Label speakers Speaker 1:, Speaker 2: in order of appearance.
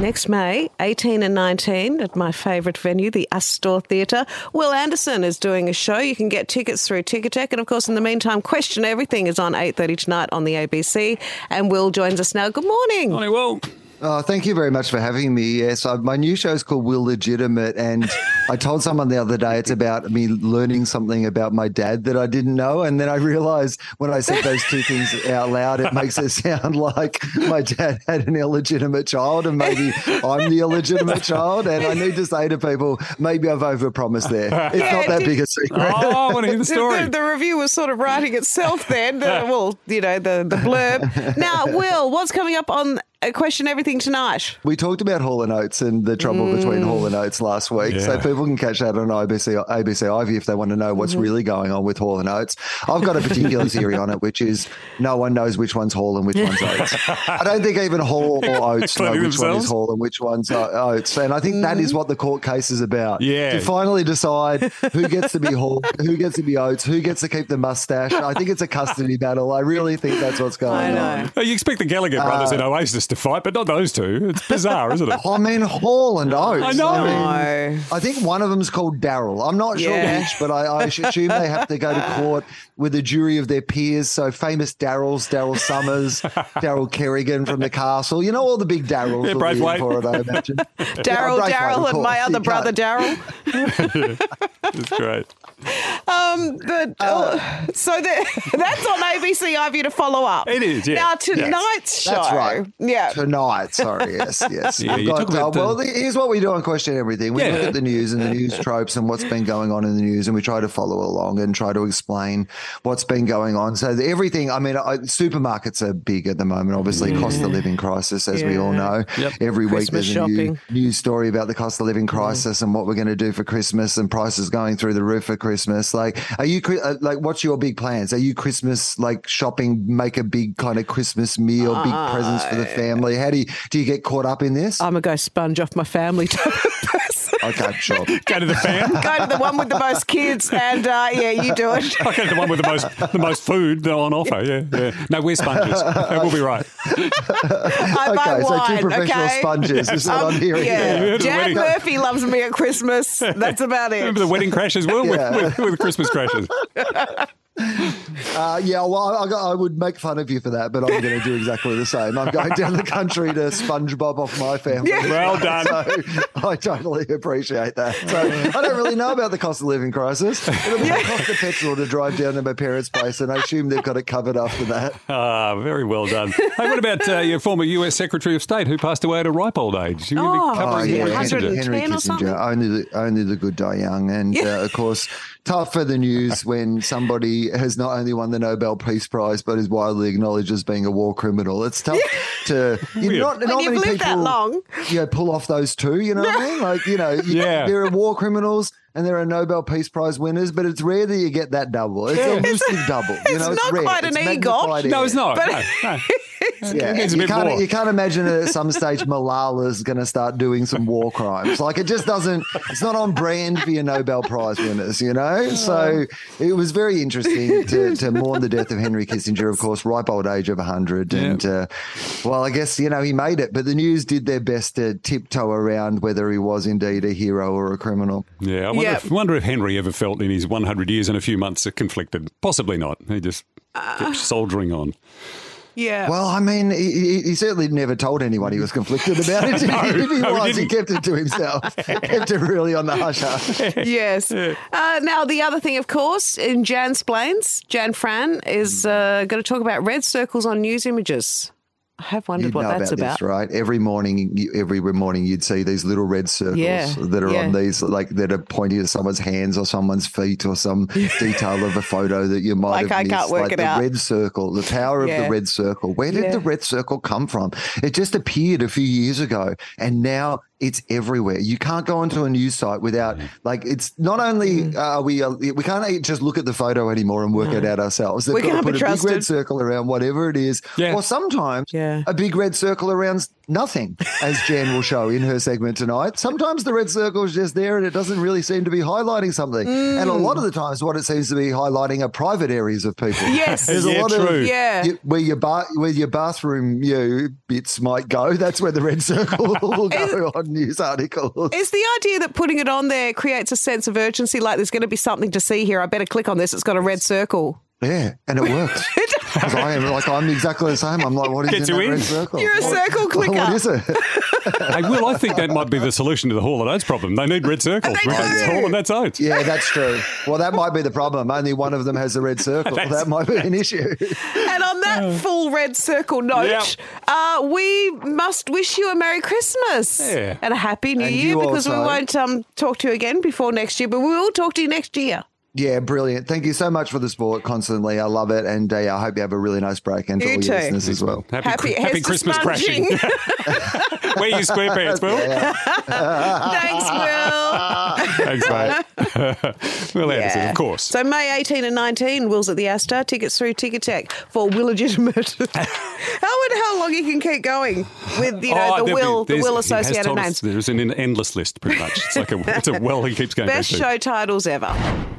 Speaker 1: Next May, 18 and 19, at my favourite venue, the Astor Theatre, Will Anderson is doing a show. You can get tickets through Ticketek. And of course, in the meantime, Question Everything is on 8.30 tonight on the ABC. And Will joins us now. Good morning.
Speaker 2: Morning, Will.
Speaker 3: Oh, thank you very much for having me. Yes, I, my new show is called Will Legitimate, and I told someone the other day it's about me learning something about my dad that I didn't know, and then I realized when I said those two things out loud, it makes it sound like my dad had an illegitimate child, and maybe I'm the illegitimate child. And I need to say to people, maybe I've overpromised there. It's
Speaker 1: Yeah,
Speaker 3: not that
Speaker 1: did-
Speaker 3: big a secret.
Speaker 2: Oh, I want to hear
Speaker 1: The-
Speaker 2: the story.
Speaker 1: The, the review was sort of writing itself then. The- well, you know, the, the blurb. Now, Will, what's coming up on uh, Question Everything tonight?
Speaker 3: We talked about Hall and Oates and the trouble between Hall and Oates last week, so
Speaker 2: Yeah.
Speaker 3: people can catch that on ABC ABC Ivy if they want to know what's really going on with Hall and Oates. I've got a particular theory on it, which is no one knows which one's Hall and which one's Oates. I don't think even Hall or Oates know
Speaker 2: Including
Speaker 3: which one
Speaker 2: themselves?
Speaker 3: is Hall and which one's O- Oates, and I think that is what the court case is about.
Speaker 2: Yeah.
Speaker 3: to finally decide who gets to be Hall, who gets to be Oates, who gets to keep the mustache. I think it's a custody battle. I really think that's what's going
Speaker 1: I
Speaker 3: on.
Speaker 1: know.
Speaker 2: Oh, you expect the Gallagher brothers in Oasis to fight, but not those two. It's bizarre, isn't it?
Speaker 3: I mean, Hall and Oates.
Speaker 2: I know.
Speaker 1: No.
Speaker 3: I think one of them's called Daryl. I'm not sure
Speaker 1: Yeah.
Speaker 3: which, but I, I assume they have to go to court with a jury of their peers. So famous Daryls, Daryl Summers, Daryl Kerrigan from the castle. You know all the big Daryls
Speaker 2: Yeah,
Speaker 3: will be in
Speaker 2: Braithwaite.
Speaker 3: for it, I imagine.
Speaker 1: Daryl,
Speaker 3: Braithwaite, of
Speaker 1: Daryl, and my
Speaker 3: course.
Speaker 1: other
Speaker 3: You
Speaker 1: brother,
Speaker 3: can't-
Speaker 1: Daryl.
Speaker 2: It's great.
Speaker 1: Um, the,
Speaker 3: Uh,
Speaker 1: oh, so the, that's on ABC Ivy to follow up.
Speaker 2: It is, yeah.
Speaker 1: Now tonight's show.
Speaker 3: That's right.
Speaker 1: Yeah.
Speaker 3: Tonight. Sorry. Yes. Yes.
Speaker 2: Yeah,
Speaker 3: We've
Speaker 2: you
Speaker 3: got,
Speaker 2: talk about
Speaker 3: uh, well,
Speaker 2: the-
Speaker 3: the- here's what we do on Question Everything. We
Speaker 2: Yeah.
Speaker 3: look at the news and the news tropes and what's been going on in the news, and we try to follow along and try to explain what's been going on. So the- everything. I mean, I, supermarkets are big at the moment. Obviously, cost of living crisis, as we all
Speaker 1: Yeah.
Speaker 3: know.
Speaker 2: Yep.
Speaker 3: Every
Speaker 1: Christmas
Speaker 3: week there's a new,
Speaker 1: shopping.
Speaker 3: news story about the cost of living crisis and what we're going to do for Christmas and prices going through the roof for Christmas. Like, are you cri- uh, like what's your big plans? Are you Christmas like shopping? Make a big kind of Christmas meal, big
Speaker 1: Uh,
Speaker 3: presents for the family. How do you do you get caught up in this?
Speaker 1: I'm a go sponge off my family type of person.
Speaker 3: okay, sure.
Speaker 2: Go to the fan.
Speaker 1: go to the one with the most kids, and uh, yeah, you do it.
Speaker 2: I go to the one with the most the most food that on offer. Yeah, yeah. No, we're sponges. we'll be right.
Speaker 1: I buy
Speaker 3: Okay, so
Speaker 1: wine.
Speaker 3: two professional
Speaker 1: okay?
Speaker 3: sponges is what
Speaker 1: Um,
Speaker 3: I'm hearing.
Speaker 1: yeah.
Speaker 2: Yeah, the
Speaker 1: Jan
Speaker 2: wedding-
Speaker 1: Murphy loves me at Christmas. That's about it.
Speaker 2: Remember the wedding crashes, Will?
Speaker 3: Yeah.
Speaker 2: With, with, with Christmas crashes.
Speaker 3: Uh, yeah, well, I, I got- I would make fun of you for that, but I'm going to do exactly the same. I'm going down the country to SpongeBob off my family.
Speaker 2: Well done.
Speaker 3: So I totally appreciate that. So I don't really know about the cost of living crisis. It'll be the cost of petrol to drive down to my parents' place, and I assume they've got it covered after that.
Speaker 2: Ah, very well done. Hey, what about uh, your former U.S. Secretary of State who passed away at a ripe old age? You
Speaker 1: Oh,
Speaker 2: covering
Speaker 1: yeah.
Speaker 2: all the
Speaker 1: Hundred
Speaker 2: Kissinger.
Speaker 1: and- 110 or something?
Speaker 3: Only the, only the good die young. And
Speaker 1: Yeah.
Speaker 3: uh, of course, tough for the news when somebody has not only won the Nobel Peace Prize, but is widely acknowledged as being a war criminal. It's tough to, you
Speaker 2: Weird.
Speaker 3: not,
Speaker 1: When
Speaker 3: not
Speaker 1: you've
Speaker 3: many
Speaker 1: lived that
Speaker 3: people,
Speaker 1: long.
Speaker 3: You know, pull off those two, you know what I mean? Like, you know, you-
Speaker 2: Yeah.
Speaker 3: there are war criminals and there are Nobel Peace Prize winners, but it's rare that you get that double. It's a elusive double. You
Speaker 1: it's
Speaker 3: know,
Speaker 1: not
Speaker 3: rare.
Speaker 1: quite an
Speaker 3: It's
Speaker 1: EGOT.
Speaker 3: magnified
Speaker 2: No,
Speaker 3: air.
Speaker 2: it's not.
Speaker 1: But-
Speaker 2: No, no.
Speaker 3: Yeah.
Speaker 2: It needs a
Speaker 3: You,
Speaker 2: bit more.
Speaker 3: can't, you can't imagine that at some stage Malala's going to start doing some war crimes. Like it just doesn't, it's not on brand for your Nobel Prize winners, you know? So
Speaker 2: Oh.
Speaker 3: it was very interesting to, to mourn the death of Henry Kissinger, of course, ripe old age of 100. And uh, well, I guess, you know, he made it, but the news did their best to tiptoe around whether he was indeed a hero or a criminal.
Speaker 2: Yeah, I wonder,
Speaker 1: Yeah.
Speaker 2: If, wonder if Henry ever felt in his 100 years and a few months conflicted. Possibly not. He just
Speaker 1: Uh.
Speaker 2: kept soldiering on.
Speaker 1: Yeah.
Speaker 3: Well, I mean, he, he- he certainly never told anyone he was conflicted about it. if he
Speaker 2: no, he
Speaker 3: was, he
Speaker 2: didn't.
Speaker 3: kept it to himself, kept it really on the hush hush.
Speaker 1: yes. Uh, now, the other thing, of course, in Jan Splains, Jan Fran is
Speaker 3: Hmm.
Speaker 1: uh, going to talk about red circles on news images. I have wondered
Speaker 3: You'd
Speaker 1: what
Speaker 3: know
Speaker 1: that's
Speaker 3: about,
Speaker 1: about.
Speaker 3: this, right? Every morning, you- every morning, you'd see these little red circles
Speaker 1: Yeah,
Speaker 3: that are on
Speaker 1: yeah.
Speaker 3: these, like that are pointing to someone's hands or someone's feet or some detail of a photo that you might
Speaker 1: Like,
Speaker 3: have
Speaker 1: I
Speaker 3: missed.
Speaker 1: can't work
Speaker 3: like
Speaker 1: it
Speaker 3: the
Speaker 1: out.
Speaker 3: red circle, the power of
Speaker 1: Yeah.
Speaker 3: the red circle. Where did
Speaker 1: Yeah.
Speaker 3: the red circle come from? It just appeared a few years ago, and now it's everywhere. You can't go onto a news site without like it's not only are we uh, we can't e, just look at the photo anymore and work it out ourselves. They've
Speaker 1: We
Speaker 3: got to
Speaker 1: can't be
Speaker 3: put a big
Speaker 1: trusted.
Speaker 3: red circle around whatever it is,
Speaker 2: Yeah.
Speaker 3: or sometimes
Speaker 1: Yeah.
Speaker 3: a big red circle around nothing, as Jan will show in her segment tonight. Sometimes the red circle is just there and it doesn't really seem to be highlighting something. And a lot of the times, what it seems to be highlighting are private areas of people.
Speaker 1: Yes.
Speaker 3: There's
Speaker 2: Yeah,
Speaker 3: a lot
Speaker 2: true.
Speaker 3: of
Speaker 1: Yeah.
Speaker 3: y- where your bar, where your bathroom you know, bits might go. That's where the red circle will go on news articles.
Speaker 1: Is the idea that putting it on there creates a sense of urgency? Like there's going to be something to see here. I better click on this. It's got a red circle.
Speaker 3: Yeah, and it works. 'Cause I am like I'm exactly the same. I'm like, what is
Speaker 2: Gets
Speaker 3: in
Speaker 2: you
Speaker 3: that
Speaker 2: in.
Speaker 3: red circle?
Speaker 1: You're a
Speaker 3: Oh, What-
Speaker 1: circle
Speaker 3: What
Speaker 1: clicker.
Speaker 3: is it?
Speaker 2: hey, Will, I think that might be the solution to the Hall of Oates problem. They need red circles.
Speaker 1: They
Speaker 2: We've got
Speaker 1: do.
Speaker 2: Hall and that's Oates.
Speaker 3: Yeah, that's true. Well, that might be the problem. Only one of them has a red circle.
Speaker 2: That's-
Speaker 3: that might be an issue.
Speaker 1: And on
Speaker 3: Oh.
Speaker 1: that full red circle note,
Speaker 2: Yep.
Speaker 1: uh, we must wish you a Merry Christmas
Speaker 2: Yeah.
Speaker 1: and a Happy New
Speaker 3: And
Speaker 1: Year
Speaker 3: you
Speaker 1: because we
Speaker 3: also.
Speaker 1: won't um, talk to you again before next year, but we will talk to you next year.
Speaker 3: Yeah, brilliant. Thank you so much for the support constantly. I love it. And uh, yeah, I hope you have a really nice break and to
Speaker 1: You
Speaker 3: all your
Speaker 1: too.
Speaker 3: listeners as well.
Speaker 2: Happy, happy,
Speaker 1: here's
Speaker 2: happy
Speaker 1: to
Speaker 2: Christmas crashing.
Speaker 1: sponging.
Speaker 2: Wear your square pants, Will.
Speaker 1: Thanks, Will.
Speaker 2: Thanks, mate. Will Anderson,
Speaker 1: Yeah.
Speaker 2: of course.
Speaker 1: So May 18 and 19, Will's at the Astor. Tickets through Ticketek for Will Legitimate. how would how long you can keep going with you know
Speaker 2: Oh,
Speaker 1: the
Speaker 2: there'll be-
Speaker 1: Will the
Speaker 2: there's-
Speaker 1: Will
Speaker 2: he has
Speaker 1: associated
Speaker 2: told us
Speaker 1: names.
Speaker 2: There's an endless list, pretty much. It's like a, it's a well he keeps going
Speaker 1: Best
Speaker 2: back to.
Speaker 1: show titles ever.